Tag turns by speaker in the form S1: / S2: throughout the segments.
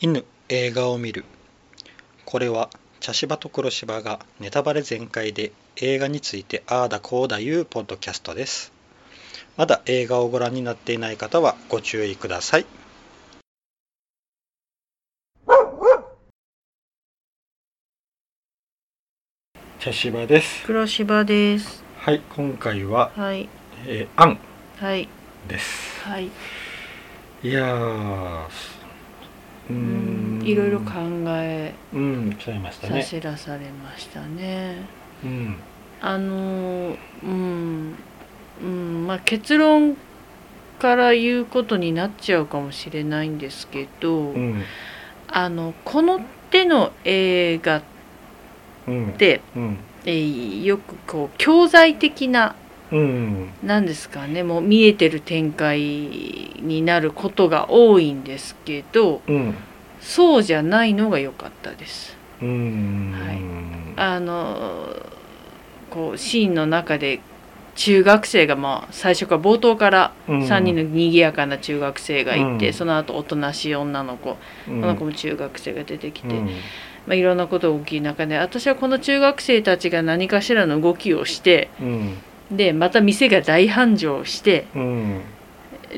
S1: 犬映画を見るこれは茶芝と黒芝がネタバレ全開で映画についてああだこうだいうポッドキャストですまだ映画をご覧になっていない方はご注意ください茶芝です
S2: 黒芝です。
S1: はい今回は、
S2: はい。
S1: えー、アン
S2: はい。
S1: です
S2: はい。
S1: いやーうーん
S2: いろいろ考え
S1: うんちゃいました
S2: さ
S1: ね
S2: せらされましたね。
S1: うん
S2: あのー、うん。うん、まあ、結論。から言うことになっちゃうかもしれないんですけど、
S1: うん
S2: あのこの手の映画っ
S1: うん
S2: て、
S1: うん
S2: えーよくこう教材的な
S1: うん
S2: なんですかねもう見えてる展開になることが多いんですけど、
S1: うん
S2: そうじゃないのが良かったです。
S1: うん
S2: はいあのこうシーンの中で中学生がまあ最初から冒頭から3人の賑やかな中学生がいて、
S1: うん
S2: その後おとなしい女の子、
S1: うん
S2: この子も中学生が出てきて、
S1: うん
S2: まあ、いろんなことが大きい中で私はこの中学生たちが何かしらの動きをして
S1: うん
S2: でまた店が大繁盛して
S1: うん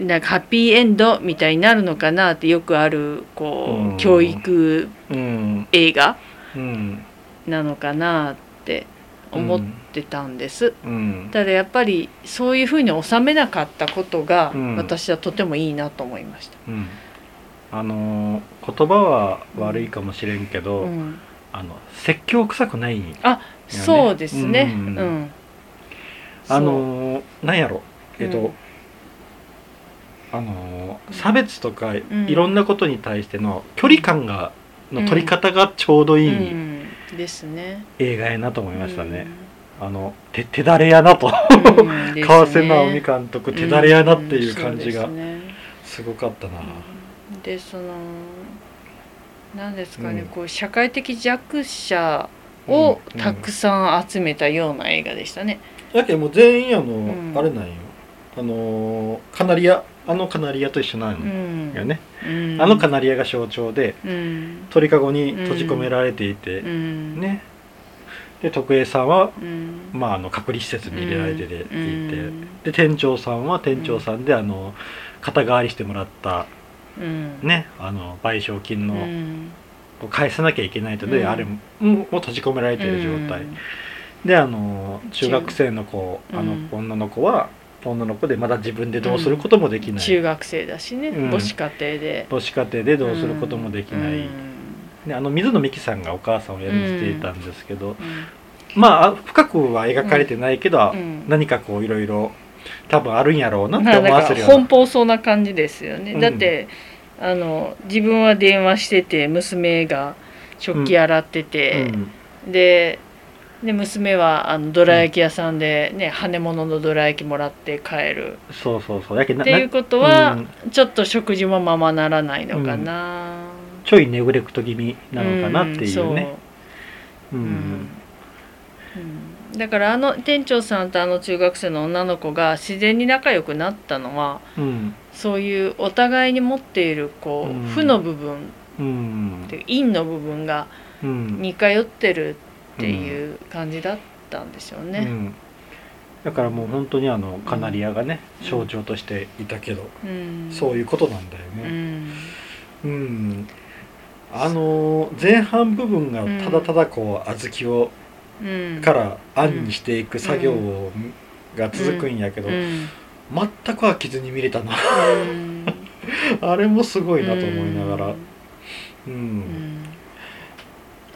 S2: なんかハッピーエンドみたいになるのかなってよくあるこう、
S1: うん
S2: 教育
S1: うん
S2: 映画
S1: うん
S2: なのかなって思ってたんです、
S1: うん
S2: ただやっぱりそういうふうに収めなかったことが
S1: うん
S2: 私はとてもいいなと思いました、
S1: うんあのー言葉は悪いかもしれんけど、
S2: うん
S1: あの説教臭くない
S2: そうですね
S1: う
S2: うんん、
S1: あのーなんやろえっと、
S2: うん
S1: あのー差別とか
S2: ん
S1: いろんなことに対しての距離感がの取り方がちょうど
S2: そう
S1: い
S2: うん
S1: い
S2: ですね
S1: 映画やなと思いましたね、
S2: う
S1: あの手手だれやなと
S2: んうんですね
S1: 川瀬直美監督手だれやなっていう感じが
S2: うんそうですね
S1: すごかったな
S2: うんでその何ですかね、
S1: うん
S2: こう社会的弱者を
S1: うん
S2: たくさん集めたような映画でしたね。
S1: やけんもう全員あの、
S2: ん
S1: あれなんよあのーカナリアあのカナリアと一緒な
S2: うんん
S1: よね、
S2: うん
S1: あのカナリアが象徴で
S2: うん
S1: 鳥かごに閉じ込められていて、
S2: うん、
S1: ねで徳江さんは、
S2: うん、
S1: まあ、あの隔離施設に入れられてていて、
S2: うん
S1: で店長さんは店長さんで、あの肩代わりしてもらった、
S2: うん、
S1: ね、あの賠償金
S2: う
S1: の、
S2: ん、
S1: を返さなきゃいけないとで、
S2: うん
S1: あれももう閉じ込められている状態、であの中学生の子
S2: うん
S1: あの女の子は女の子でまだ自分でどうすることもでき
S2: うん、
S1: ない、
S2: 中学生だしね、
S1: うん
S2: 母子家庭で
S1: 母子家庭でどうすることもできない、
S2: うん
S1: であの水野美紀さんがお母さんを演じていたんですけど、まあ深くは描かれてないけど、
S2: うん
S1: 何かこういろいろ多分あるんやろうな
S2: う
S1: っ
S2: ん、
S1: て
S2: なん
S1: 思わせ
S2: か
S1: るような
S2: 奔放そうな感じですよね、
S1: うん
S2: だってあの自分は電話してて娘が食器洗ってて、でで娘はあのどら焼き屋さんで、ね羽根物のどら焼きもらって帰る
S1: うん、そうそうそうやけん
S2: っ
S1: な
S2: ていう
S1: な
S2: ことは、
S1: うん
S2: ちょっと食事もままならないのかな、
S1: ちょいネグレクト気味なのかなっていうね、うん
S2: うんそううんうんだからあの店長さんとあの中学生の女の子が自然に仲良くなったのは
S1: うん
S2: そういうお互いに持っているこう、
S1: うん
S2: 負の部分
S1: うん
S2: っていう陰の部分が
S1: うん
S2: 似通ってるっていう感じだったんでしょう
S1: う
S2: ね。
S1: ん、だからもう本当にあのカナリアがね、
S2: うん
S1: 象徴としていたけど、
S2: うん
S1: そういうことなんだよ
S2: う
S1: ね
S2: ん
S1: うん、あのー前半部分がただただこう小豆を
S2: うん
S1: からあんにしていく作業をが続くんやけど、
S2: うん
S1: 全く飽きずに見れたな
S2: うん
S1: あれもすごいなと思いながら
S2: うん
S1: うん、
S2: うん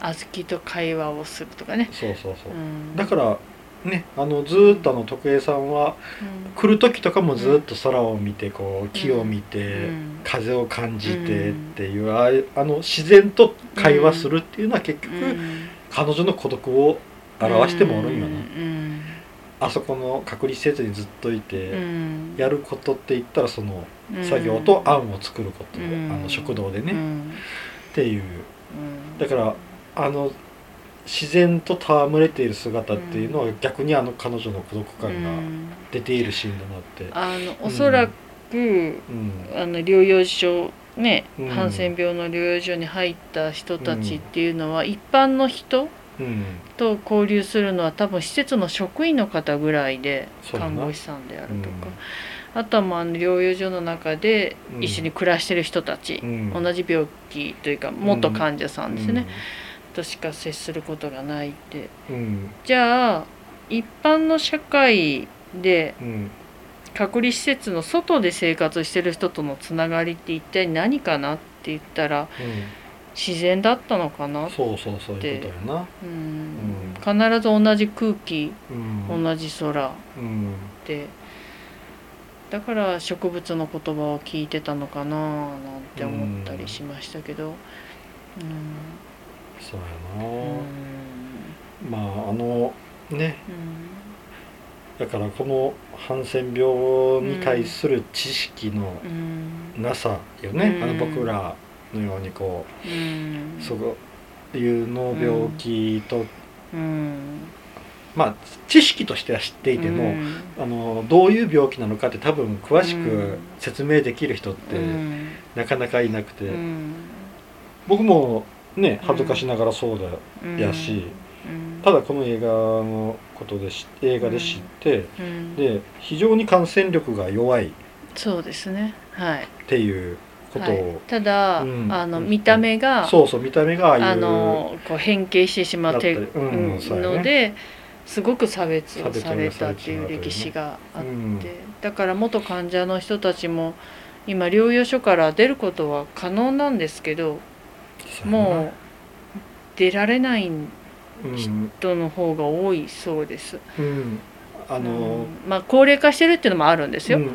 S2: 小豆と会話をするとかね、
S1: そうそうそうう、
S2: ん、
S1: だからねあのずーっとあの徳江さんは来る時とかもずーっと空を見てこう木を見
S2: う
S1: て、
S2: ん
S1: 風を感じてっていう、ああいうあの自然と会話するっていうのは結局、
S2: うん
S1: 彼女の孤独を表してもおるんよな、
S2: うん
S1: あそこの隔離施設にずっといて、
S2: うん
S1: やることって言ったらその
S2: うん
S1: 作業と案を作ること、
S2: うん
S1: あの食堂でね、
S2: う
S1: っ
S2: ん
S1: ていう
S2: うん
S1: だからあの自然と戯れている姿っていうのは逆にあの彼女の孤独感
S2: う
S1: が
S2: ん
S1: 出ているシーンだなって、
S2: あのおそらく、
S1: うん
S2: あの療養所ね、
S1: うん
S2: ハンセン病の療養所に入った人たちっていうのは、一般の人
S1: うん
S2: と交流するのは多分施設の職員の方ぐらいで
S1: そうだな
S2: 看護師さんであるとか、あとはまあ療養所の中で
S1: うん
S2: 一緒に暮らしてる人たち、
S1: うん
S2: 同じ病気というか元患者さんですね、としか接することがないって
S1: うん
S2: じゃあ一般の社会で
S1: うん
S2: 隔離施設の外で生活してる人とのつながりって一体何かなって言ったら自然だったのか
S1: う、
S2: なん
S1: そうそうそういうことやな
S2: うん、必ず同じ空気
S1: うん
S2: 同じ空っ
S1: うん
S2: てだから植物の言葉を聞いてたのかななんて思ったりしましたけど。
S1: そう
S2: うん
S1: やな、まああのねだからこのハンセン病に対する知識の
S2: うんうん
S1: なさよね、
S2: うん
S1: あの僕らのようにこ
S2: うん
S1: うそういうの病気と、
S2: うん
S1: まあ知識としては知っていても、
S2: うん
S1: あのどういう病気なのかって多分詳し
S2: う
S1: く
S2: ん
S1: 説明できる人って
S2: うん
S1: なかなかいなくて、
S2: う
S1: 僕もね
S2: うん
S1: 恥ずかしながらそうだ
S2: ん
S1: やし、
S2: うん
S1: ただこの映画のことでし映画で知って、
S2: うん
S1: で非常に感染力が弱いっ
S2: そうですねはい
S1: ていうことを、
S2: はいただ、
S1: うん
S2: あの
S1: うん
S2: 見た目が、
S1: そうそう見た目がああいう
S2: あのこう変形してしまって
S1: だったりうんそうやね
S2: ので、すごく差別をされ
S1: 差別をさ
S2: た
S1: れ
S2: ってて
S1: しま
S2: いうう
S1: というね
S2: 歴史があって、
S1: うん
S2: だから元患者の人たちも今療養所から出ることは可能なんですけどもう出られな
S1: そう
S2: い
S1: やなうん
S2: 人の方が多いそうです。
S1: うんあ
S2: う
S1: の
S2: ん、まあ、高齢化してるっていうのもあるんですよ。
S1: うん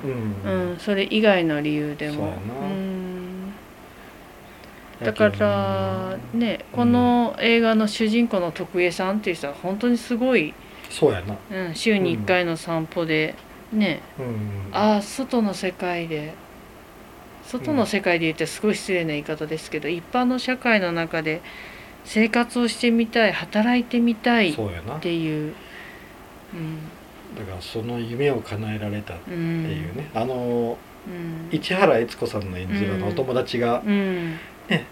S1: うん
S2: うん、それ以外の理由で
S1: そう
S2: も
S1: やな
S2: うんだ
S1: や
S2: か
S1: けど
S2: らね
S1: うん
S2: この映画の主人公の徳江さんっていう人は本当にすごい、
S1: そうやな、
S2: うん、週に1回の散歩でね
S1: うん、
S2: ああ外の世界で外の世界で言ってすごい失礼な言い方ですけど一般の社会の中で生活をしてみたい働いてみたいっ
S1: そうやなだか
S2: ていう。うん
S1: らその夢を叶えられたっ
S2: う
S1: て
S2: ん
S1: いうね、あの
S2: うん
S1: 市原悦子さんの演じるあの
S2: うん
S1: お友達が、
S2: うん
S1: ね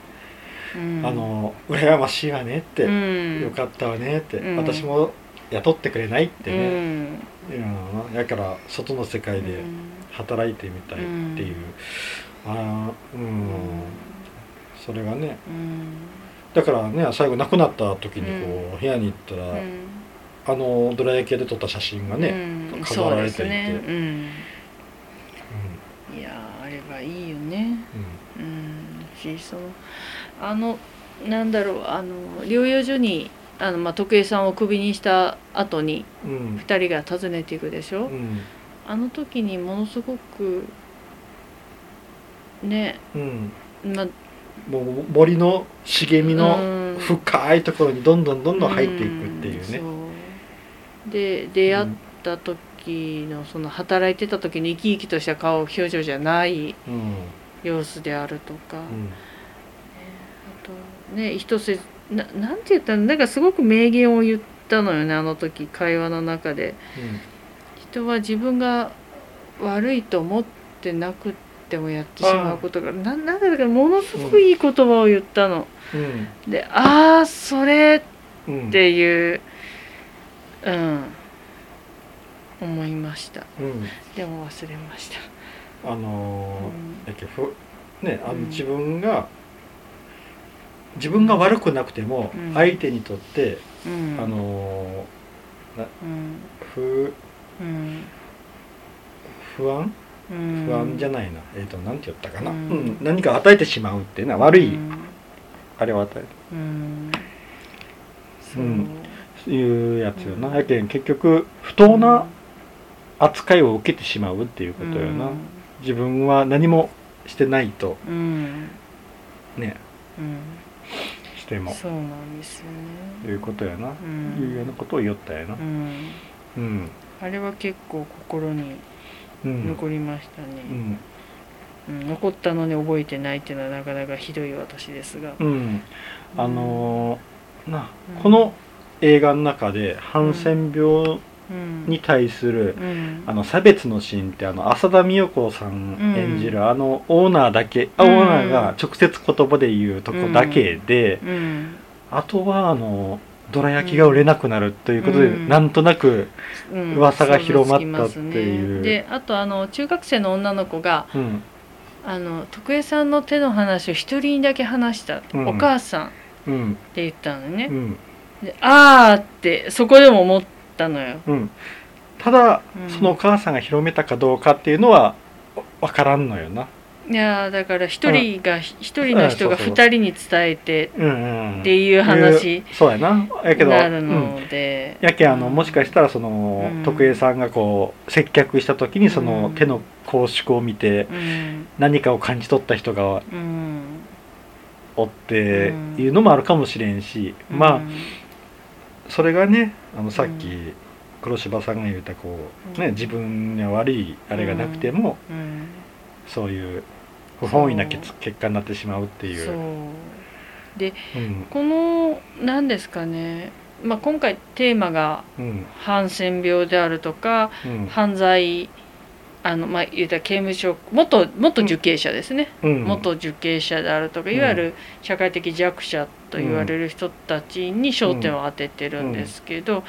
S2: うん
S1: あの羨ましいわねって、
S2: うん
S1: よかったわねって、
S2: うん
S1: 私も雇ってくれないって
S2: う
S1: ね、う
S2: ん
S1: ん、だから外の世界で働いてみたいっていう、あーうん、
S2: うん
S1: それがね
S2: うん
S1: だからね最後亡くなった時にこう、部屋に行ったら、あのどら焼き屋で撮った写真が
S2: う
S1: ね、
S2: ん
S1: 飾られていて
S2: そうですねうんいやーあればいいよね
S1: うん
S2: うんしそのあのなんだろうあの療養所にあの、まあ、徳江さんをクビにした後に
S1: うん
S2: 2人が訪ねていくでしょ、
S1: うん
S2: あの時にものすごくね
S1: うん、
S2: まあ
S1: もう森の茂みの
S2: うん
S1: 深いところにどんどんどんどん入っていくっていうね。
S2: んそうで出会った時のその働いてた時の生き生きとした顔表情じゃない
S1: うんうん
S2: 様子であるとか、
S1: うん
S2: あとね一つななんて言ったのなんかすごく名言を言ったのよねあの時会話の中で人は自分が悪いと思ってなくってもやってしまうことがななんだかものすごくいい言葉を言ったの。
S1: うん
S2: でああそれ
S1: うん
S2: っていう、うん、思いました。
S1: うん
S2: でも忘れました。
S1: あ
S2: う
S1: の
S2: ん
S1: ーだっけふねあの
S2: うん
S1: 自分が自分が悪くなくても
S2: うん
S1: 相手にとって、
S2: うん
S1: あの
S2: うん
S1: ー不
S2: うん
S1: 不安
S2: うん
S1: 不安じゃないな、えっ、と何て言ったかな、う
S2: うんん
S1: 何か与えてしまうっていうのは悪い、
S2: うん
S1: あれを与える
S2: うんそう
S1: うんいうやつよな、
S2: うん
S1: やけん結局不当な扱いを受けてしまうっていうことよな、自分は何もしてないと
S2: うんうん
S1: ね
S2: うん
S1: しても
S2: そうなんですよね。
S1: いうことやな、
S2: う
S1: いうようんなことを言ったやな
S2: うん
S1: うん
S2: あれは結構心に
S1: うん
S2: 残りました
S1: う
S2: ね、
S1: ん
S2: うん残ったのに覚えてないっていうのはなかなかひどい私ですが、
S1: うんあのーな
S2: うん
S1: この映画の中でハンセン病
S2: うん
S1: に対する
S2: うん
S1: あの差別のシーンってあの浅田美代子さん演じる、
S2: う
S1: あのオーナーだけ、あ
S2: う
S1: オ
S2: ん
S1: ーナーが直接言葉で言うとこだけで、
S2: うん
S1: あとはあのどら焼きが売れなくなるということで、
S2: うん
S1: なんとなく、
S2: うん
S1: 噂が広まったっていう
S2: 想像つきますねであとあの中学生の女の子が
S1: うん、
S2: あの徳江さんの手の話を一人にだけ話したって、
S1: うん
S2: お母さんっ
S1: うん、
S2: て言ったのね
S1: う、ん、
S2: であーってそこでも思ったのよ
S1: うん。ただ、
S2: うん
S1: そのお母さんが広めたかどうかっていうのはわからんのよな。
S2: いやーだから一人が一人の人
S1: う
S2: が
S1: んそうそう
S2: 二人に伝えて
S1: うん、うん。
S2: っていう話
S1: そうやな。やけど、
S2: になる
S1: うん
S2: ので、
S1: やけんあのもしかしたらその、
S2: うん
S1: 徳江さんがこう接客した時にそうの
S2: ん
S1: 手の公縮を見て
S2: うん
S1: 何かを感じ取った人が
S2: うん
S1: おって
S2: うん
S1: いうのもあるかもしれんし、
S2: うん
S1: まあそれがねあのさっ
S2: う
S1: き黒柴さんが言ったこう、
S2: う
S1: ね、
S2: ん
S1: 自分には悪いあれがなくても
S2: うん
S1: そういう不本意な
S2: そう
S1: 結結果になってしまうっていう。
S2: そ
S1: う
S2: う
S1: ん
S2: この何ですかね、まあ、今回テーマが
S1: うん
S2: ハンセン病であるとか
S1: うん
S2: 犯罪あのまあ言うたら刑務所元元受刑者ですね、
S1: うん
S2: 元受刑者であるとか、
S1: うん
S2: いわゆる社会的弱者と言われる人たちに焦点を当ててるんですけど、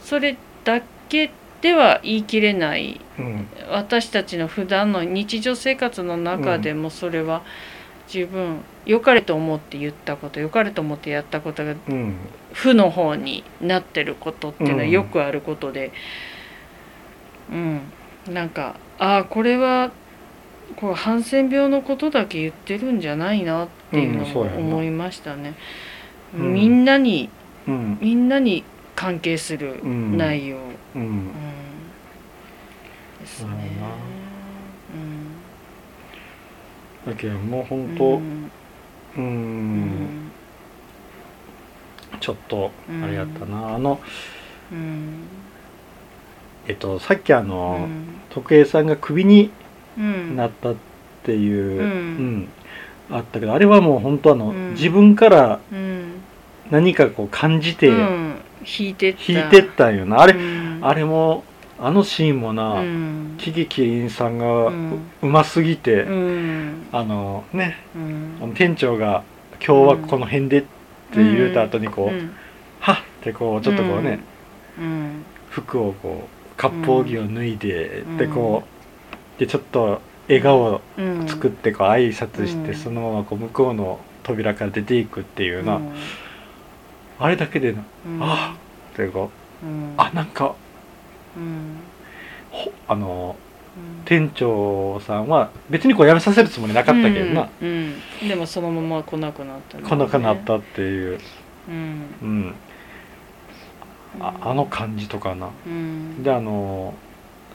S2: それだけでは言い切れない
S1: うん
S2: 私たちの普段の日常生活の中でもそれは十分良かれと思って言ったこと良かれと思ってやったことが
S1: うん
S2: 負の方になってることっていうのは
S1: うん
S2: よくあることでうん、なんかああこれはこうハンセン病のことだけ言ってるんじゃないなっていうの
S1: うんそう
S2: を
S1: やな
S2: 思いましたね、
S1: うん
S2: みんなに
S1: うん
S2: みんなに関係する
S1: うん
S2: 内容、うん
S1: うん
S2: です
S1: そ
S2: ね
S1: うやな
S2: うん
S1: だけどもう本
S2: う
S1: 当
S2: ん
S1: うん
S2: うん
S1: ちょっとあれやったな、あの
S2: うん
S1: えっとさっきあ
S2: う
S1: の、
S2: ん
S1: 徳江さんがクビに
S2: うん
S1: なったっていう、
S2: うん
S1: うんあったけどあれはもう本当あの、
S2: うん
S1: 自分から
S2: うん
S1: 何かこう感じて
S2: うん引いてった
S1: 引いてったんよな、あれ、
S2: うん
S1: あれもあのシーンもな、
S2: うん
S1: キキキリンさんがう,、
S2: うん
S1: ま過ぎて、
S2: うん
S1: あのね
S2: うん
S1: あの店長が「今日はこの辺で」って言うた後にこう「
S2: うん
S1: はっ!」ってこうちょっとこうね、
S2: うん
S1: 服をこう割烹着を脱いで、
S2: うん
S1: でこうでちょっと笑顔を
S2: うん
S1: 作ってこう挨拶して、
S2: うん
S1: そのままこう向こうの扉から出ていくっていううんな、あれだけでな
S2: うん
S1: あってこう
S2: うん
S1: あなんか
S2: うん
S1: ほあの
S2: うん
S1: 店長さんは別にこう辞めさせるつもりなかったけどな、
S2: うんうんでもそのまま来なくなったね
S1: 来なくなったっていう、
S2: うん
S1: うん、ああの感じとかな
S2: うん
S1: であの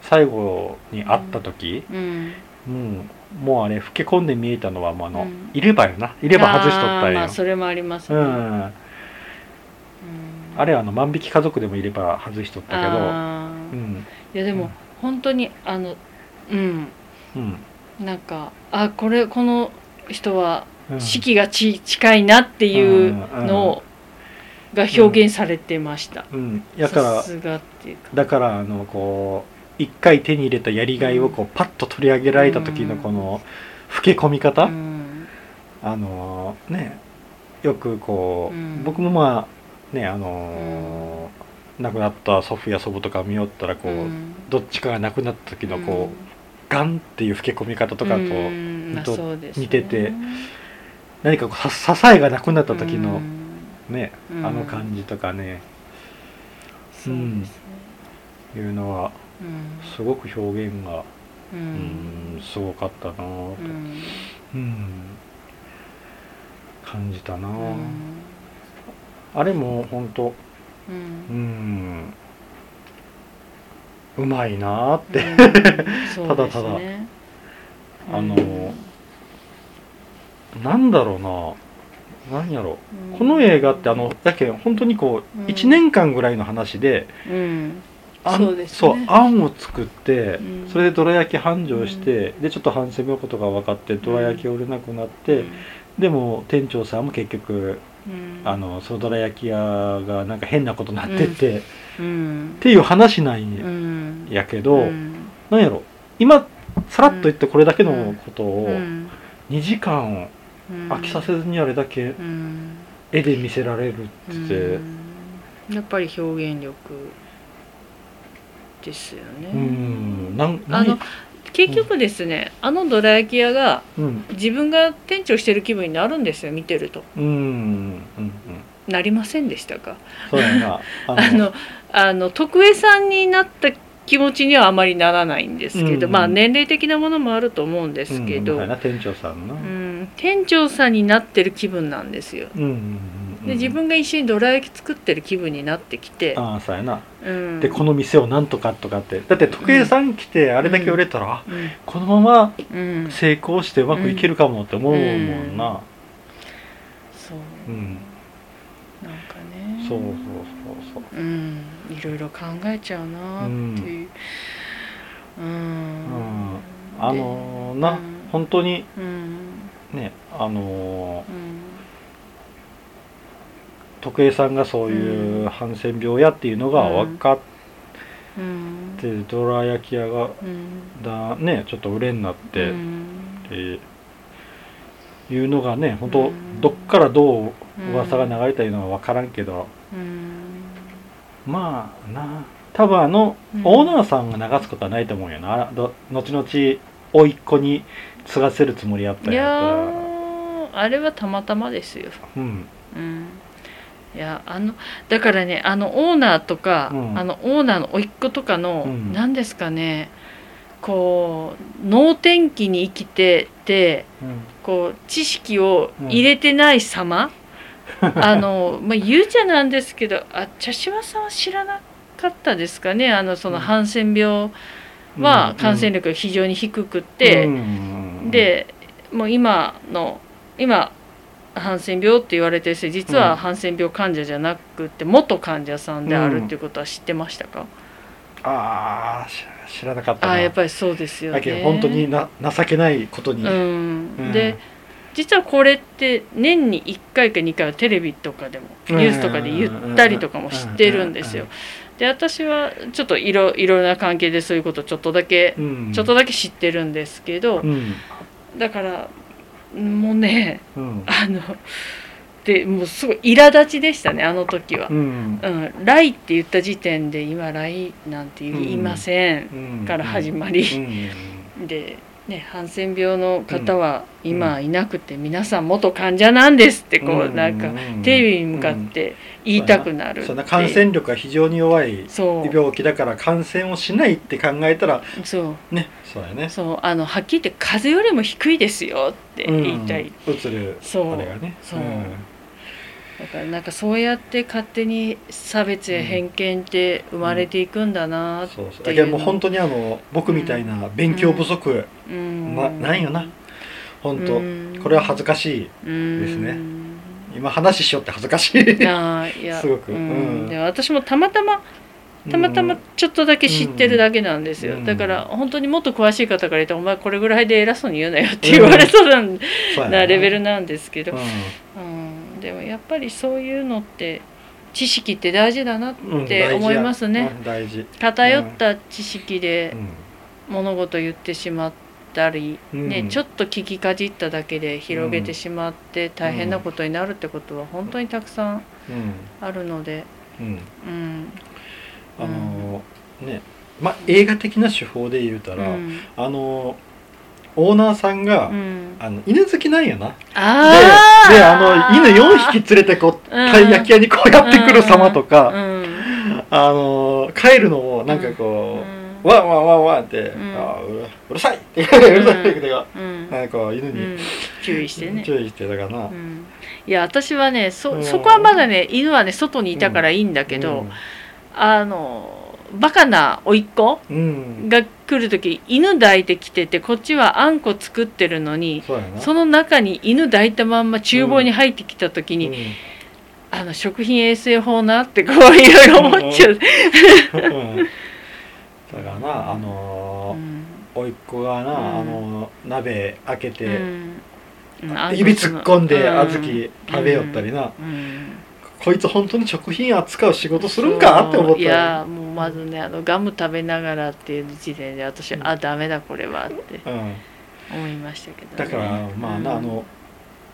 S1: 最後に会った時、
S2: うん
S1: うん、もうあれ老け込んで見えたのはもうあの、
S2: うん
S1: 入れ歯よないれ歯外しとった
S2: あー
S1: んよ
S2: まあそれもあります
S1: う
S2: ね
S1: ん、あれはあの万引き家族でも入れ歯外しとったけど
S2: あー
S1: うん
S2: いやで
S1: うん
S2: も本当にあのうん
S1: うん
S2: なんかあこれこの人は
S1: うん
S2: 四季がち近いなっていうのをが表現されてました。
S1: うんだから
S2: さすがっていうか。
S1: だからあのこう一回手に入れたやりがいをこうパッと取り上げられた時のこの老け込み方、
S2: うん
S1: あのーねよくこう、
S2: うん
S1: 僕もまあねあのー亡くなった祖父や祖母とか見よったらこう、
S2: うん
S1: どっちかが亡くなった時のこう、ガンっていう吹け込み方とかと、
S2: うんまあ
S1: と
S2: そうですね
S1: 似てて何かこうさ支えがなくなった時のね、
S2: うん
S1: あの感じとかね、
S2: そうですね
S1: いうのは
S2: うん
S1: すごく表現が、
S2: う
S1: うんん、すごかったなぁと、う
S2: う
S1: ん
S2: ん
S1: 感じたなぁ、
S2: うん
S1: あれも本当
S2: う
S1: うん んうまいなぁって、
S2: そう
S1: ただ
S2: で
S1: た
S2: す
S1: だ
S2: ね
S1: あのなんだろうなぁなんやろうこの映画ってあのだけん本当にこう、
S2: うん
S1: 1年間ぐらいの話で、
S2: うん
S1: あん
S2: そうですね
S1: そうあんを作って、
S2: うん
S1: それでどら焼き繁盛して、でちょっと反省病ことが分かってどら焼き売れなくなって、でも店長さんも結局
S2: うん
S1: あのそうどら焼き屋がなんか変なことになってて、っ
S2: うん
S1: ていう話なん
S2: う
S1: や
S2: ん
S1: やけど、
S2: うん
S1: なんやろ今さらっと言ってこれだけのことを
S2: うん
S1: 2時間を飽きさせずにあれだけ
S2: うん
S1: 絵で見せられるってて
S2: うんやっぱり表現力ですよね、
S1: うんなん
S2: あ
S1: 何
S2: の結局ですね、あのどら焼き屋が
S1: うん
S2: 自分が店長してる気分になるんですよ見てると
S1: うんうんうん
S2: なりませんでしたか
S1: そうや な
S2: あのあの徳江さんになった気持ちにはあまりならないんですけど、
S1: うん
S2: まあ年齢的なものもあると思うんで
S1: う
S2: す
S1: ん
S2: けど、
S1: そう
S2: う
S1: や
S2: ん
S1: な店長さんなうん
S2: 店長さんになってる気分なんですよ
S1: うんうんうん
S2: で自分が一緒にどら焼き作ってる気分になってきて、
S1: ああそうやな
S2: うん、
S1: でこの店をなんとかとかってだって時計さん来てあれだけ売れたら、
S2: うん
S1: このまま
S2: うん、
S1: 成功してうまくいけるかもって思うもんな、
S2: そう、
S1: うん
S2: なんかね
S1: そうそうそうそう
S2: うんいろいろ考えちゃうなっていううん、
S1: うんあのーな、
S2: うん
S1: 本当に
S2: うん
S1: ねあのー
S2: うん
S1: 徳江さんがそういうハンセン病やっていうのが分かっ
S2: うん
S1: て、ドラ焼き屋が
S2: うん
S1: だねちょっと売れになって、
S2: うん
S1: っていうのがね本当、
S2: うん
S1: どっからどう噂が流れたいうのは分からんけど、
S2: うん
S1: まあな多分あの、
S2: うん
S1: オーナーさんが流すことはないと思うよなど後々甥っ子に継がせるつもりやったん
S2: い
S1: や
S2: や
S1: か
S2: ーあれはたまたまですよ、
S1: らうん
S2: うん、いやあのだからねあのオーナーとか、
S1: うん
S2: あのオーナーの甥っ子とかの
S1: うん
S2: 何、ですかねこう能天気に生きてて
S1: うん
S2: こう知識を入れてない様、あのまあゆうちゃなんですけどあ茶島さんは知らなかったですかねあのその
S1: うん
S2: ハンセン病は感染力が非常に低くって、
S1: うん
S2: でもう今の今ハンセン病って言われてる人実は
S1: うん
S2: ハンセン病患者じゃなくて元患者さんであるっていうことは知ってましたか、
S1: ああ知ら知らなかった
S2: あ
S1: な
S2: あやっぱりそうですよ
S1: だ
S2: ね。
S1: けど本当にな情けないことに、
S2: うん
S1: うん
S2: で実はこれって年に1回か2回はテレビとかでも
S1: うん
S2: ニュースとかで言ったりとかもしてるんですよ
S1: うん。
S2: で私はちょっといろいろな関係でそういうことをちょっとだけ
S1: うん
S2: ちょっとだけ知ってるんですけど
S1: うん
S2: だからもうね
S1: うん
S2: あのでもうすごい苛立ちでしたねあの時は
S1: う。ん
S2: うん「ライ」って言った時点で今「ライ」なんて言いません
S1: うん
S2: から始まり。
S1: うん
S2: で、ね、ハンセン病の方は今いなくて、皆さん元患者なんですってこう、なんかテレビに向かって言いたくなるってい
S1: そん
S2: う
S1: な感染力が非常に弱い
S2: そう
S1: 病気だから感染をしないって考えたら
S2: そう
S1: ねそうやね
S2: そうあのはっきり言って風邪よりも低いですよって言いたい、
S1: うんうつる
S2: そう
S1: あれがね
S2: そうんだからなんかそうやって勝手に差別や偏見って生まれていくんだな
S1: そうそう
S2: って
S1: だ
S2: い
S1: け
S2: う
S1: ども
S2: の
S1: う本当にあの僕みたいな勉強不足
S2: うん
S1: なないよな本当
S2: うん
S1: これは恥ずかしい
S2: です
S1: ね今話しよって恥ずかしい
S2: あーい や
S1: すごく
S2: う
S1: うん
S2: ん、で私もたまたまたまたまちょっとだけ知ってるだけなんですよ、
S1: うん
S2: だから本当にもっと詳しい方から言ったら「お前これぐらいで偉そうに言うなよ」って言われそうな,、
S1: そうや
S2: レベルなんですけど、
S1: うん
S2: うんでもやっぱりそういうのって知識って大事だな
S1: うん
S2: って思いますね、
S1: 大事や
S2: 偏った知識で
S1: うん大事
S2: 物事言ってしまったり、
S1: うん
S2: ね、ちょっと聞きかじっただけで広げてしまって大変なことになるってことは本当にたくさん
S1: うん
S2: あるので、
S1: うんうん
S2: うん、
S1: あのーねまあ映画的な手法で言うた
S2: う
S1: ら、
S2: ん、
S1: あのオーナーさんが、
S2: うん、
S1: あの犬好きなんやなで
S2: あー
S1: であの犬4匹連れてこう
S2: うん
S1: たい焼き屋にこうやってくる様とか、
S2: うん
S1: あの帰るのをなんか
S2: う
S1: こう、
S2: ん
S1: ワンワンワンワンって、
S2: うん
S1: あーうるうるさいって うるさいって、
S2: うん
S1: なんかこう犬
S2: う
S1: に、
S2: ん注意してね。
S1: 注意してたかな、
S2: うんいや私はね
S1: う
S2: そ
S1: ん
S2: そこはまだね犬はね外にいたからいいんだけど、あのバカな甥っ子
S1: うん、うん
S2: が来る時犬抱いてきててこっちはあんこ作ってるのに
S1: そうやな
S2: その中に犬抱いたまんま厨房に入ってきた時に、あの食品衛生法なってこういろいろ思っちゃう。
S1: うんうんだからなあのー甥っ子がな、
S2: うん
S1: あの鍋開けて、
S2: うんうんあの
S1: 指突っ込んで
S2: うん
S1: 小豆食べよったりな、
S2: うん
S1: こいつ本当に食品扱う仕事するんかって思っ
S2: い
S1: た
S2: や
S1: よ
S2: もうまずねあのガム食べながらっていう時点で私、
S1: うん
S2: あダメだこれはって
S1: うん、
S2: 思いましたけど、
S1: だ
S2: ね、
S1: からまあな、
S2: うん
S1: あの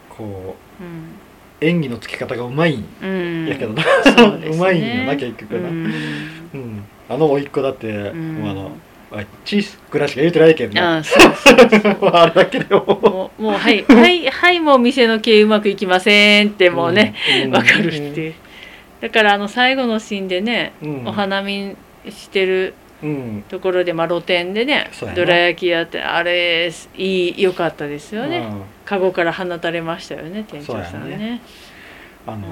S1: こ
S2: うん
S1: う演技のつけ方がうまいん
S2: うん
S1: やけどな、
S2: そうで
S1: う
S2: すね
S1: まいんやな結局な、
S2: う
S1: うん
S2: ん
S1: あの甥っ子だって、
S2: うん
S1: もうあのあっちぐらいしか言うてないけんな
S2: ああそうそ うそ
S1: もうあれだけで
S2: う
S1: も
S2: もうも うはいはいはいもう店の経営うまくいきませんってもうね
S1: ん
S2: わ、かるっていうだからあの最後のシーンでね、
S1: うん
S2: お花見してる
S1: うん
S2: ところで、まあ、露店でね
S1: そうやな
S2: どら焼きやってあれいい良かったですよね、カゴから放たれましたよね店長さんね
S1: うんあ
S2: う
S1: のー
S2: ん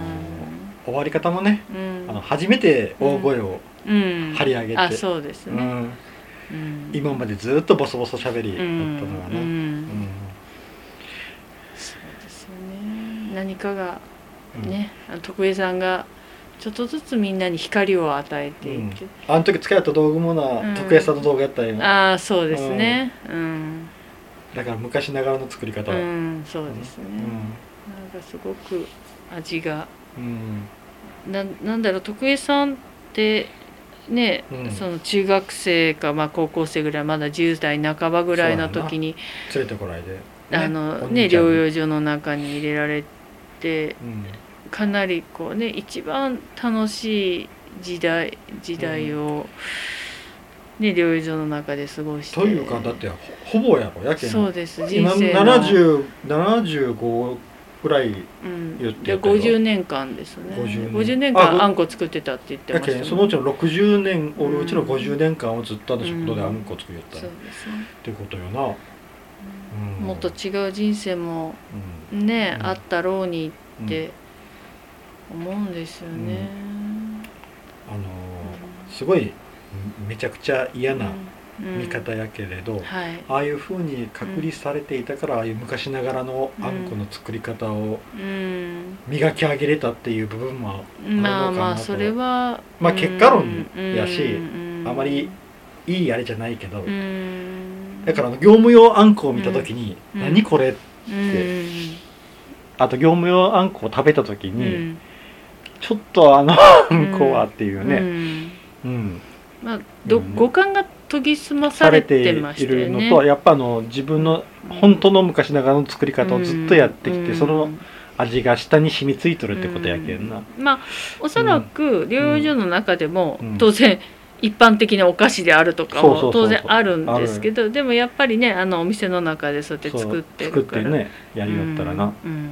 S1: 終わり方もね
S2: うん
S1: あの初めて大声を、
S2: うん
S1: 張り上げて
S2: あそうです
S1: う
S2: ね、
S1: ん
S2: うん
S1: 今までずっとボソボソ喋りだ
S2: う
S1: っ
S2: ん
S1: たのが
S2: う
S1: な、うん
S2: んそうですよね何かが
S1: うん
S2: ね、あの徳江さんがちょっとずつみんなに光を与えていく、
S1: あの時使った道具もな、
S2: うん
S1: 徳屋さんの道具やったんよだ
S2: ああそうですねうん、
S1: から昔ながらの作り方
S2: う
S1: は、
S2: ん、そうですね、
S1: うん
S2: なんかすごく味が
S1: うん
S2: ななんだろう徳江さんってね、
S1: うん
S2: その中学生か、まあ、高校生ぐらいまだ10代半ばぐらいの時に、
S1: 連れてこないで、ね
S2: あの
S1: お
S2: ね
S1: 兄ちゃん
S2: 療養所の中に入れられ
S1: う
S2: て
S1: ん
S2: かなりこうね一番楽しい時代時代を、ね療養所の中で過ごして
S1: というかだってほほぼやろやけん
S2: そうです人
S1: 今
S2: 生の、
S1: 70 75ぐらい
S2: う
S1: 言
S2: ん、で
S1: ってたよ
S2: 50年間ですね
S1: 50
S2: 50
S1: 年
S2: 年
S1: あご
S2: 間あんこ作ってたって言って
S1: や
S2: ました
S1: け
S2: ね
S1: んそのうちの60年おるうちの
S2: うん
S1: 50年間をずっとの仕事で
S2: うん
S1: あんこ作りよった
S2: そう
S1: っ
S2: ですね
S1: てことよな、うん
S2: もっと違う人生も
S1: う
S2: ね、
S1: うん
S2: あったろうに
S1: ん
S2: って思うんですよね。
S1: あのーすごいめちゃくちゃ嫌な見方
S2: や、
S1: やけれど、
S2: うんはい、
S1: ああいうふうに隔離されていたから、ああいう昔ながらのあんこの作り方を
S2: うん、
S1: 磨き上げれたっていう部分も
S2: ま
S1: あるのかな
S2: あ
S1: と
S2: まあそれは、
S1: まあ結果論やし
S2: うん
S1: あまり、いいあれじゃないけど、
S2: うん、
S1: だからあの業務用あんこを見た時に「
S2: うん
S1: 何これ?」
S2: うん、
S1: あと業務用あんこを食べた時
S2: うん
S1: に、ちょっとあのあんこはっていううんね、うん
S2: まあど
S1: うん
S2: 五感が研ぎ澄まさ
S1: さ
S2: れ
S1: れ
S2: て
S1: て
S2: まし
S1: い
S2: た
S1: る
S2: よ
S1: の
S2: ね。
S1: とやっぱあの自分の本当の昔ながらの作り方をずっとやってきて、
S2: うん
S1: その味が下に染みついとるってことやけんな。
S2: うんまあおそらく療養所の中でも、
S1: うん
S2: 当然一般的なお菓子であるとか
S1: そ
S2: も
S1: うそうそう
S2: 当
S1: そう
S2: 然あるんですけどでもやっぱりねあのお店の中でそうやっ
S1: そ
S2: て
S1: う
S2: 作って
S1: 作
S2: る
S1: っ
S2: から
S1: てねやりよったらな、あ
S2: うんうん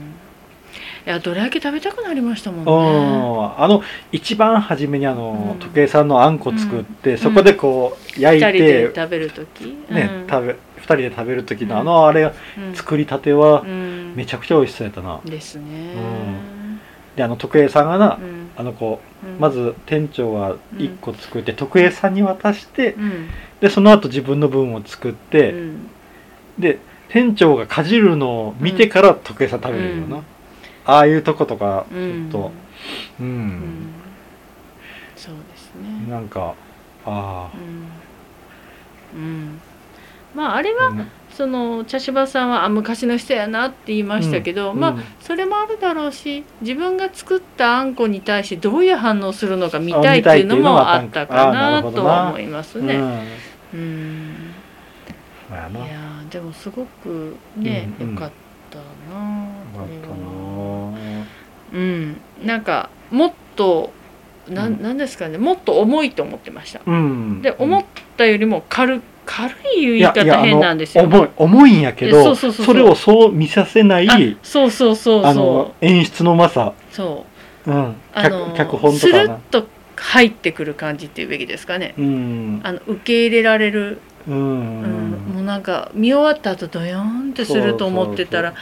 S2: いやどら焼き食べたくなりましたもんね
S1: ーあの一番初めにあの、
S2: うん
S1: 時計さんのあんこ作って、そこでこう焼い
S2: 二人で
S1: て、
S2: 食べる時
S1: ね食べ2人で食べる時のあのあれ
S2: べ、うん
S1: 作りたては
S2: うん
S1: めちゃくちゃ美味しそうやったな
S2: ですね
S1: であの徳江さんがな、
S2: うん
S1: あの子
S2: うん
S1: まず店長は1個作って、徳江さんに渡して
S2: うん
S1: でその後自分の分を作っ
S2: う
S1: て、
S2: ん
S1: で店長がかじるのを見てから徳江さん食べるよな、
S2: うん
S1: ああいうとことかち
S2: う
S1: ょ
S2: ん
S1: っとうん、
S2: うんそうですね
S1: なんかあ
S2: うんうんまああれ
S1: あ、
S2: はその茶芝さんはあ昔の人やなって言いましたけど、
S1: うん
S2: まあ
S1: うん
S2: それもあるだろうし自分が作ったあんこに対してどういう反応するのか見たいっていうのもあ
S1: あ
S2: っ
S1: 見たい
S2: た
S1: っていうのもあったんかあーな
S2: かな
S1: るほど
S2: と
S1: な
S2: 思います
S1: う
S2: ね。
S1: ん
S2: うん
S1: まあや
S2: い
S1: な
S2: やーでもすごくね、
S1: うんうん
S2: よかったな
S1: よか
S2: こ
S1: っ
S2: れ
S1: た
S2: は
S1: な
S2: うんなんかもっとな
S1: うん
S2: んなんですかねもっと重いと思ってました。
S1: うん
S2: で思ったよりも軽軽い
S1: い
S2: 言
S1: や
S2: い
S1: いや
S2: 方
S1: あの
S2: 変なんですよ。
S1: 重い重いんやけ
S2: いや
S1: ど
S2: そう
S1: そ
S2: そうそうそう
S1: れをそう見させない
S2: あそうそうそう
S1: あ
S2: そ
S1: の演出のうまさ、
S2: うそう
S1: うん、
S2: あ
S1: 脚
S2: の
S1: 脚本
S2: ス
S1: と
S2: ル
S1: か
S2: ッ
S1: な
S2: と入ってくる感じっていうべきですかね
S1: うん
S2: あの受け入れられる、
S1: う
S2: うん
S1: ん
S2: もうなんか見終わった後ドヨーンってすると思ってたら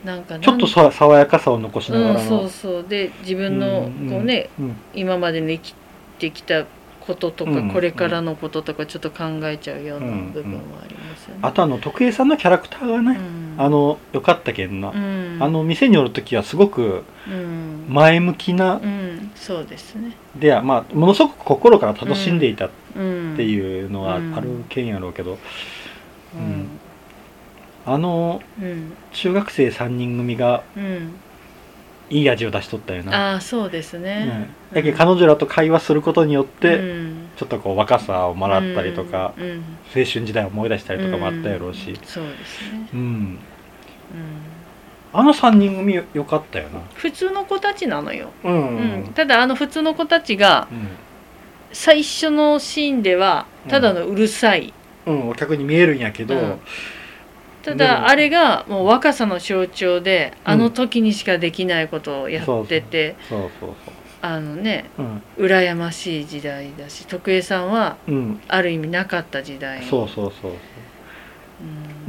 S1: そ
S2: なんかなん
S1: ちょっとさ爽やかさを残しなが
S2: う
S1: らの
S2: んそうそうで自分のこ
S1: うん
S2: うね、
S1: うん
S2: 今までの生きてきたこととか、
S1: うん
S2: これからのこととかちょっと考えちゃうような
S1: うん
S2: 部分はありますよね、
S1: あとあの徳江さんのキャラクターがね、
S2: うん
S1: あの良かったけんな、
S2: うん
S1: あの店におる時はすごく
S2: うん、
S1: 前向きな
S2: うんそうですね
S1: では、まあ、ものすごく心から楽しんでいたっ
S2: うん
S1: ていうのは
S2: うん
S1: あるけんやろうけど、
S2: う
S1: うん
S2: ん
S1: あの
S2: うん
S1: 中学生3人組が
S2: うん
S1: いい味を出しとったよな、
S2: ああそうです
S1: う
S2: ね
S1: ん、だけど彼女らと会話することによって、
S2: うん
S1: ちょっとこう若さをもらったりとか、
S2: うんうん
S1: 青春時代を思い出したりとかもあったやろうし
S2: ん、そうですね、
S1: うん
S2: うん、
S1: あの3人組よよかったよな
S2: 普通の子たちなのよ、
S1: うん
S2: うんただあの普通の子たちが最初のシーンではただのうるさい、
S1: うん、うん、お客に見えるんやけど、
S2: うんた
S1: で
S2: だ
S1: も
S2: あれがもう若さの象徴で、
S1: うん
S2: あの時にしかできないことをやってて
S1: そうそう
S2: あのね
S1: そううん、
S2: 羨ましい時代だし徳江さんは
S1: うん、
S2: ある意味なかった時代
S1: そうそうそう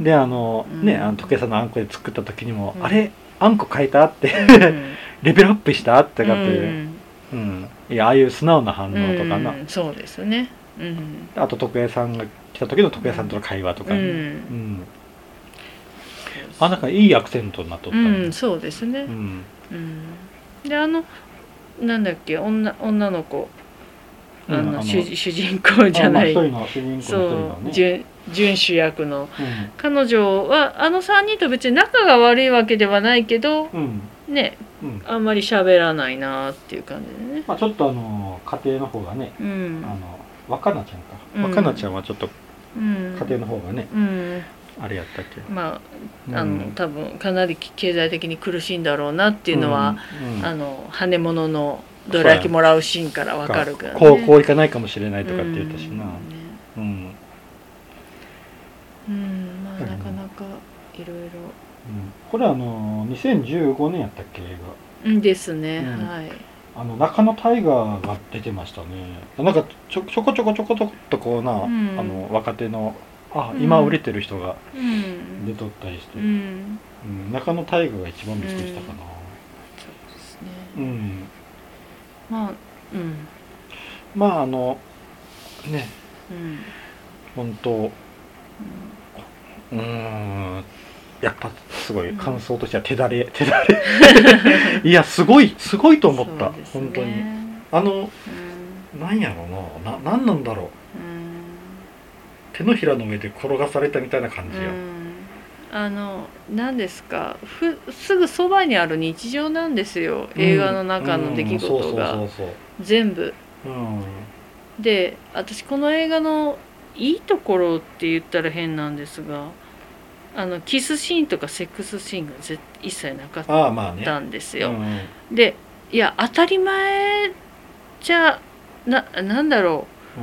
S2: うん
S1: であの、
S2: うん
S1: ねあの時計さんのあんこで作った時にも、
S2: うん
S1: あれあんこ変えたって
S2: うん
S1: レベルアップしたってかって
S2: う
S1: いう、
S2: ん
S1: うんいやああいう素直な反応とかな、
S2: うんそうですねうん、
S1: あと徳江さんが来た時の徳江さんとの会話とか
S2: う
S1: ね、うん
S2: ん、
S1: あなんかいいアクセントになっとった
S2: う
S1: ね
S2: ん、そうですね、
S1: うん
S2: うんであのなんだっけ女女の子あ
S1: うんあ
S2: の
S1: の
S2: 主人主人公じゃない、
S1: あまあ一人の主人公
S2: そ
S1: の一人
S2: う
S1: のね
S2: 準準主役の彼女はあの3人と別に仲が悪いわけではないけど
S1: うんうん
S2: ね
S1: うん
S2: あんまり喋らないなっていう感じでね
S1: まあちょっとあの家庭の方がね
S2: う
S1: あ
S2: ん
S1: の若菜ちゃんか、
S2: うん
S1: 若菜ちゃんはちょっと
S2: うん
S1: 家庭の方がね、
S2: うん
S1: あれやったっけ
S2: ま
S1: うん
S2: ああの多分かなり経済的に苦しいんだろうなっていうのは、、
S1: うんうん
S2: あの羽根物のどら焼きもらうシーンからわかるから、ね、
S1: 高校行かないかもしれないとかって言ったしな
S2: うんね
S1: うん、うん
S2: うんまあ
S1: うん
S2: なかなかいろい
S1: これあの2015年やったっけ映
S2: ろですね、
S1: うん
S2: はい、
S1: 画あの中野大河が出てましたねなんかちょちょこちょこちょこちょこっとこうな、
S2: うん
S1: あの若手のあ
S2: うん
S1: 今売れてる人が
S2: うん、
S1: 出とったりして、
S2: う
S1: うん
S2: ん
S1: 中野大河が一番びっくりしたかな
S2: そうですね
S1: うん、
S2: まあうん
S1: まああのね
S2: うん
S1: 本当うーんやっぱすごい感想としては手だれ、 手だれいやすごいすごいと思った、
S2: そうですね
S1: 本当にあの
S2: うん
S1: なんやろうなななんなんだろう
S2: うん
S1: 手のひらの上で転がされたみたいな感じ
S2: う
S1: よ、
S2: んあの何ですかふすぐそばにある日常なんですよ映画の中の出来事
S1: うんう
S2: が
S1: んそうそうそう
S2: 全部
S1: そううん
S2: で私この映画のいいところって言ったら変なんですがあのキスシーンとかセックスシーンが絶一切なかっ
S1: ああまあね
S2: たんです
S1: う
S2: よ。
S1: んうん
S2: でいや当たり前じゃななんだろう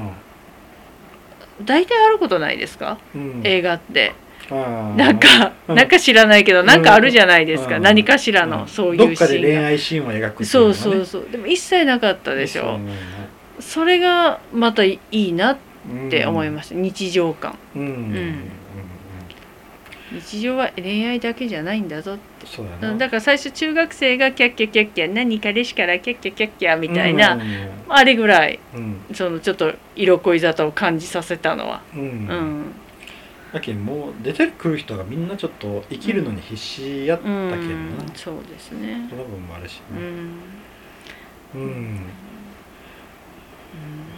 S2: 大体あることないですか、
S1: うん
S2: 映画って、
S1: うん
S2: なんか、
S1: うん
S2: なんか知らないけど、
S1: うん
S2: なんかあるじゃないですか、
S1: うん
S2: 何かしら
S1: う
S2: の、
S1: ん
S2: そうい
S1: どっ
S2: うシ
S1: かで恋
S2: ーンが。
S1: 愛シーンを描くってい
S2: そう
S1: のがね
S2: そうそうでも一切なかったでしょそれがまたいいなっ
S1: うん
S2: て思いました、日常感
S1: うんうんうんうん
S2: 日常は恋愛だけじゃないんだぞ
S1: そうやな
S2: だから最初中学生がキャッキャキャッキャ何彼氏からキャッキャキャッキャみたい
S1: うん
S2: な、あれぐらい
S1: うん
S2: そのちょっと色恋沙汰を感じさせたのは、
S1: うんうん
S2: うん
S1: だけどもう出てくる人がみんなちょっと生きるのに必死やった
S2: う
S1: けど
S2: ん
S1: な、
S2: そうですね
S1: その分もあるし
S2: うん、
S1: ねうん、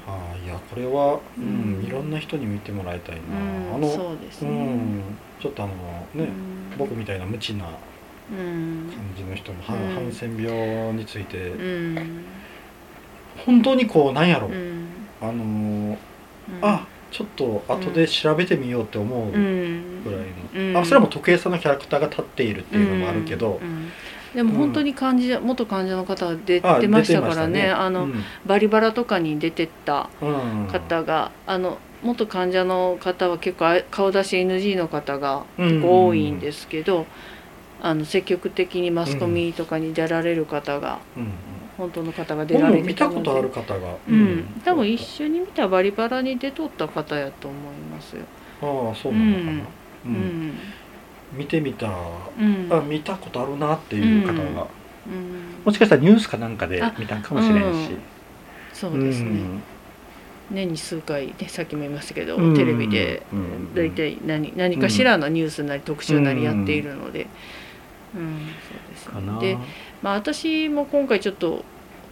S1: ああいやこれは、うん
S2: うん
S1: いろんな人に見てもらいたいな、
S2: うん
S1: あの
S2: そうです
S1: う
S2: ね、
S1: んちょっとあの
S2: う
S1: ね、
S2: ん
S1: 僕みたいな無知な
S2: うん
S1: 感じの人も、は
S2: うん
S1: ハンセン病について、
S2: うん
S1: 本当にこうなんやろ、
S2: うん
S1: あのーあちょっと後で調べてみようって思う
S2: う
S1: ぐ
S2: ん
S1: らいの、
S2: うん
S1: あそれはもう時計さんのキャラクターが立っているっていうのもあるけど、
S2: うんうんでも本当に患者、元患者の方が出
S1: あ
S2: てましたからねあの、
S1: 出てまし
S2: バリバラとかに出てった
S1: たねうんうん
S2: 方が、あの元患者の方は結構あ顔出し NG の方が
S1: うん
S2: 結構多いんですけど、あの積極的にマスコミとかに出られる方が、
S1: うん
S2: 本当の方が出
S1: 僕
S2: ら
S1: も
S2: れ
S1: 見
S2: て
S1: た
S2: の
S1: こ
S2: で
S1: とある方が、
S2: うん、多分一緒に見たバリバラに出とった方やと思いますよ。
S1: ああそうなのかな、う
S2: うんん、
S1: 見てみた、
S2: うん、
S1: あ見たことあるなっていう方が、
S2: うん
S1: もしかしたらニュースかなんかで見たんかもしれんし、
S2: そうですね、
S1: うん
S2: 年に数回、ね、さっきも言いましたけど、
S1: うん
S2: テレビで
S1: うん
S2: 大体何何かしらのニュースなり特集なりやっているので、うん
S1: か
S2: そう
S1: な
S2: ですねで、まあ、私も今回ちょっと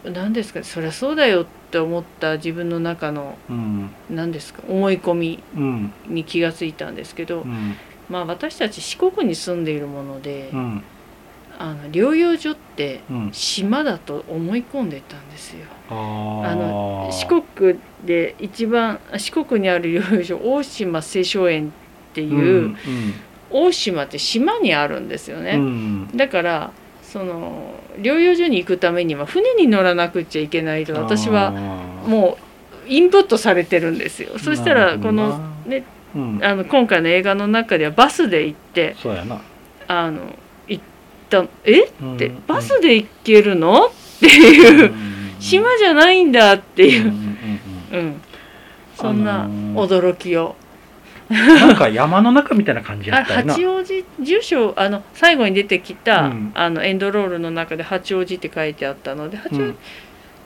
S2: 何ですかねそりゃそうだよって思った自分の中の
S1: うん
S2: 何ですか思い込み
S1: うん
S2: に気がついたんですけど、
S1: うん
S2: まあ、私たち四国に住んでいるもので、
S1: うん
S2: あの療養所って
S1: うん
S2: 島だと思い込んでたんですよ
S1: あ
S2: あ
S1: の
S2: 四国で一番四国にある療養所大島清少園っていう、
S1: うん
S2: 大島って島にあるんですよ
S1: うんう
S2: ね、
S1: ん
S2: だからその療養所に行くためには船に乗らなくちゃいけないと私は
S1: も
S2: もうインプットされてるんですよそしたらこの、ね、
S1: うん、
S2: あの今回の映画の中ではバスで行って
S1: そうやな、
S2: あの行ったえ
S1: うん
S2: ってバスで行けるのっていう、島じゃないんだって
S1: うん
S2: いうう、
S1: ん
S2: うん、そんな
S1: あのー
S2: 驚きを、
S1: うんなんか山の中みたいな感じや
S2: あ
S1: ったよな
S2: 八王子住所あの最後に出てきた、
S1: うん
S2: あのエンドロールの中で八王子って書いてあったので八王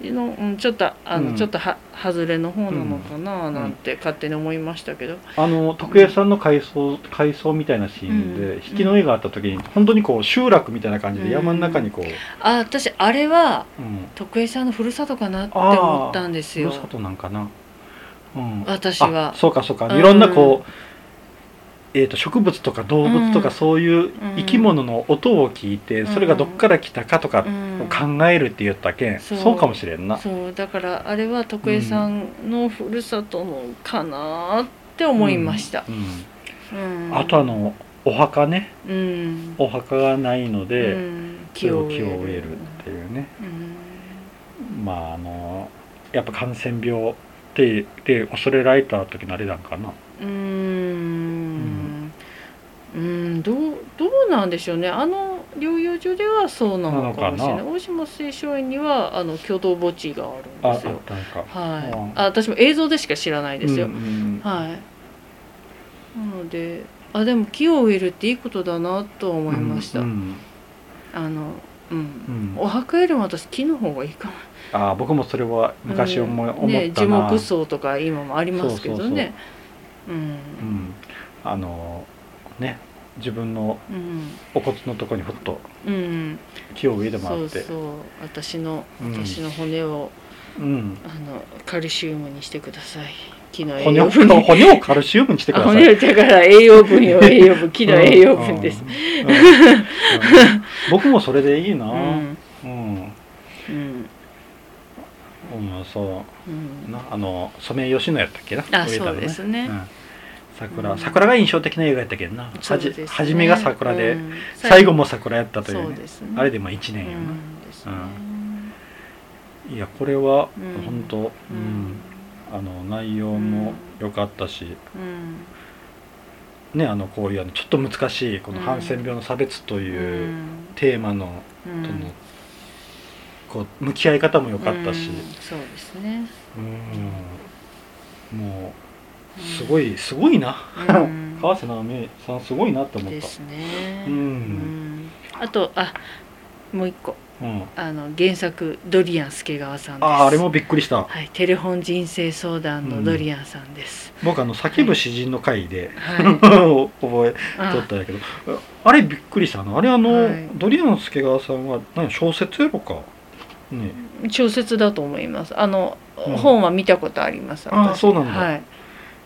S2: 子の、うんちょっとあ
S1: う
S2: の、
S1: ん
S2: ちょっとは外れの方なのかななんて勝手に思いましたけど、
S1: あの徳江さんの回想回想みたいなシーンで、
S2: うん
S1: 引きの絵があった時に本当にこう集落みたいな感じで山の中にこう、
S2: あ私あれは
S1: うん、
S2: 徳江さんのふるさとかなって思ったんです
S1: ふる
S2: よ
S1: さとなんかな、うん、
S2: 私は
S1: あ。そうかそうか、
S2: うん
S1: いろんなこう、えー、と植物とか動物と
S2: う
S1: か
S2: ん
S1: そういう生き物の音を聞いて、
S2: うん
S1: それがどっから来たかとか
S2: うん
S1: を考えるって言ったけん、
S2: そう
S1: そうかもしれんな
S2: そうだからあれは徳江さんのふるさとのかなって思いました、
S1: うんうん
S2: うん
S1: あとあのお墓ね
S2: うん
S1: お墓がないので、
S2: うん
S1: それを木を植えるっていうね
S2: うん
S1: まああのやっぱ感染病ってで恐れられた時のあれなんかな
S2: うーんうんどうどうなんでしょうねあの療養所ではそうなのかもしれな
S1: ないのか
S2: 大島水晶園にはあの共同墓地があ
S1: あ
S2: るん
S1: あ
S2: で
S1: っ
S2: す
S1: た
S2: よ
S1: んか
S2: はい、
S1: うん
S2: あ私も映像でしか知らないですよ、
S1: うんうん
S2: はいなのであでも木を植えるっていいことだなとは思いました、
S1: うん
S2: あのうん
S1: うんうん
S2: お墓よりも私木の方がいいかも
S1: ああ僕もそれは昔思い、思
S2: うん
S1: っ
S2: ね、
S1: た
S2: 樹
S1: な、
S2: 木葬とか今もありますけどね
S1: う、
S2: うん
S1: あのね自分の
S2: んうん
S1: お骨のとこにふっと
S2: うん
S1: 木を植えても
S2: そ
S1: らっ
S2: う
S1: て
S2: そう私の
S1: うん
S2: 私の骨を、
S1: うん、
S2: あのカルシウムにしてください木の栄
S1: 骨
S2: 養
S1: を
S2: 分に
S1: 骨をカルシウムにしてく
S2: あ
S1: ださい
S2: 骨をだから栄養 分よ栄養分木の栄養分です、
S1: うんうんうん僕もそれでいいな
S2: う
S1: うん
S2: ん
S1: うん、
S2: うん、
S1: そううんなあのソメイヨシノやったっけな
S2: あ
S1: 植えた
S2: そ
S1: の
S2: う
S1: ね
S2: ですね、
S1: うん、桜、
S2: うん
S1: 桜が印象的な映画やったけどな、
S2: そう
S1: は
S2: です
S1: じ
S2: ね
S1: 初めが桜で、
S2: うん
S1: 最後も桜やったとい
S2: そうう
S1: ね
S2: ですね
S1: あれでまあ1
S2: う
S1: 年やな、
S2: んですね
S1: いやこれは
S2: うん
S1: 本当、
S2: う
S1: うんんあの内容も良かったし、
S2: うん
S1: ね、あのこういうあのちょっと難しいこの
S2: うん
S1: ハンセン病の差別と
S2: う
S1: いうんテーマの,、
S2: うん
S1: とのこう向き合い方も良かったし
S2: うん、そうですね
S1: うんもうすごいすごいな、
S2: うん
S1: 川瀬直美さんすごいなって思っ
S2: で
S1: た。
S2: すね、
S1: うん
S2: うんあとあもう一個
S1: うん、
S2: あの原作ドリアン助川さんです
S1: あーあれもびっくりした
S2: はい、テレフォン人生相談のドリアンさんです、
S1: 僕あの叫ぶ詩人の回で、
S2: はい
S1: 覚え
S2: あ
S1: とったんやけどああれびっくりしたなあれあの、
S2: はい
S1: ドリアン助川さんは何小説やろかね
S2: 小説だと思いますあの、
S1: うん
S2: 本は見たことあります
S1: あーそうなんだ
S2: はい、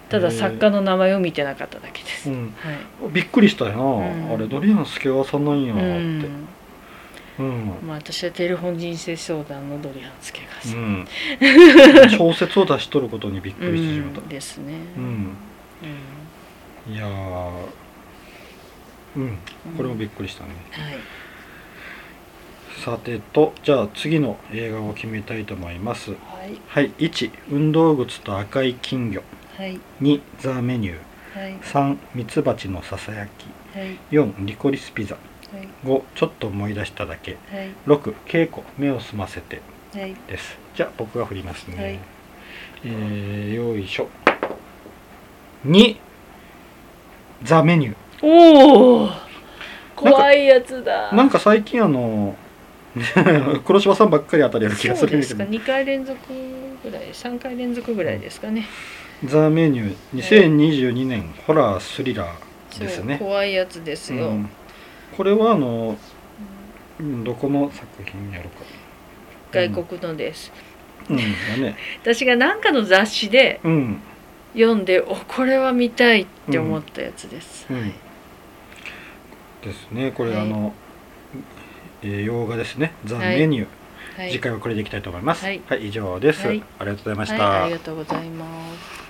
S2: ただ
S1: へー
S2: 作家の名前を見てなかっただけで
S1: う
S2: す、
S1: ん、
S2: はい
S1: びっくりしたよな、
S2: う
S1: あ
S2: ん
S1: れドリアン助川さんなんや
S2: う
S1: って
S2: ん
S1: うん、
S2: まあ、私はテレフォン人生相談のドリアン助川
S1: う
S2: さん、
S1: ん 小説を出しとることにびっくりしてしまっ
S2: ですね、
S1: たうん、
S2: うん
S1: いやーうんこれもびっくりしたね、
S2: はい
S1: さてとじゃあ次の映画を決めたいと思います
S2: はい
S1: はい1運動靴と赤い金魚
S2: はい
S1: 2ザ・メニュー
S2: はい
S1: 3ミツバチのささやき
S2: はい
S1: 4リコリスピザ
S2: はい
S1: 5ちょっと思い出しただけ
S2: はい
S1: 6稽古目を澄ませて
S2: はい
S1: ですじゃあ僕が振りますね、
S2: はい
S1: えー、よいしょ2ザ・メニュ
S2: おお怖いやつだ
S1: ーなんか最近あの 黒柴さんばっかり当たりやる気がす
S2: そう
S1: るん
S2: で
S1: だけ
S2: すか
S1: ど
S2: 2回連続ぐらい3回連続ぐらいですかね
S1: ザ・メニュー2022年ホラースリラー
S2: そう
S1: ですね
S2: 怖いやつですよ、
S1: うんこれはあのうんどこの作品やろうか
S2: 外国のです、
S1: うんだね
S2: 私が何かの雑誌で
S1: うん
S2: 読んでおこれは見たいって思ったやつです、
S1: うんですねこれ、
S2: はい
S1: あの、えー洋画ですね「ザ・
S2: はい
S1: メニュー」
S2: はい
S1: 次回はこれでいきたいと思います
S2: はい
S1: 以上です、
S2: はい
S1: ありがとうございました、
S2: はい、ありがとうございます。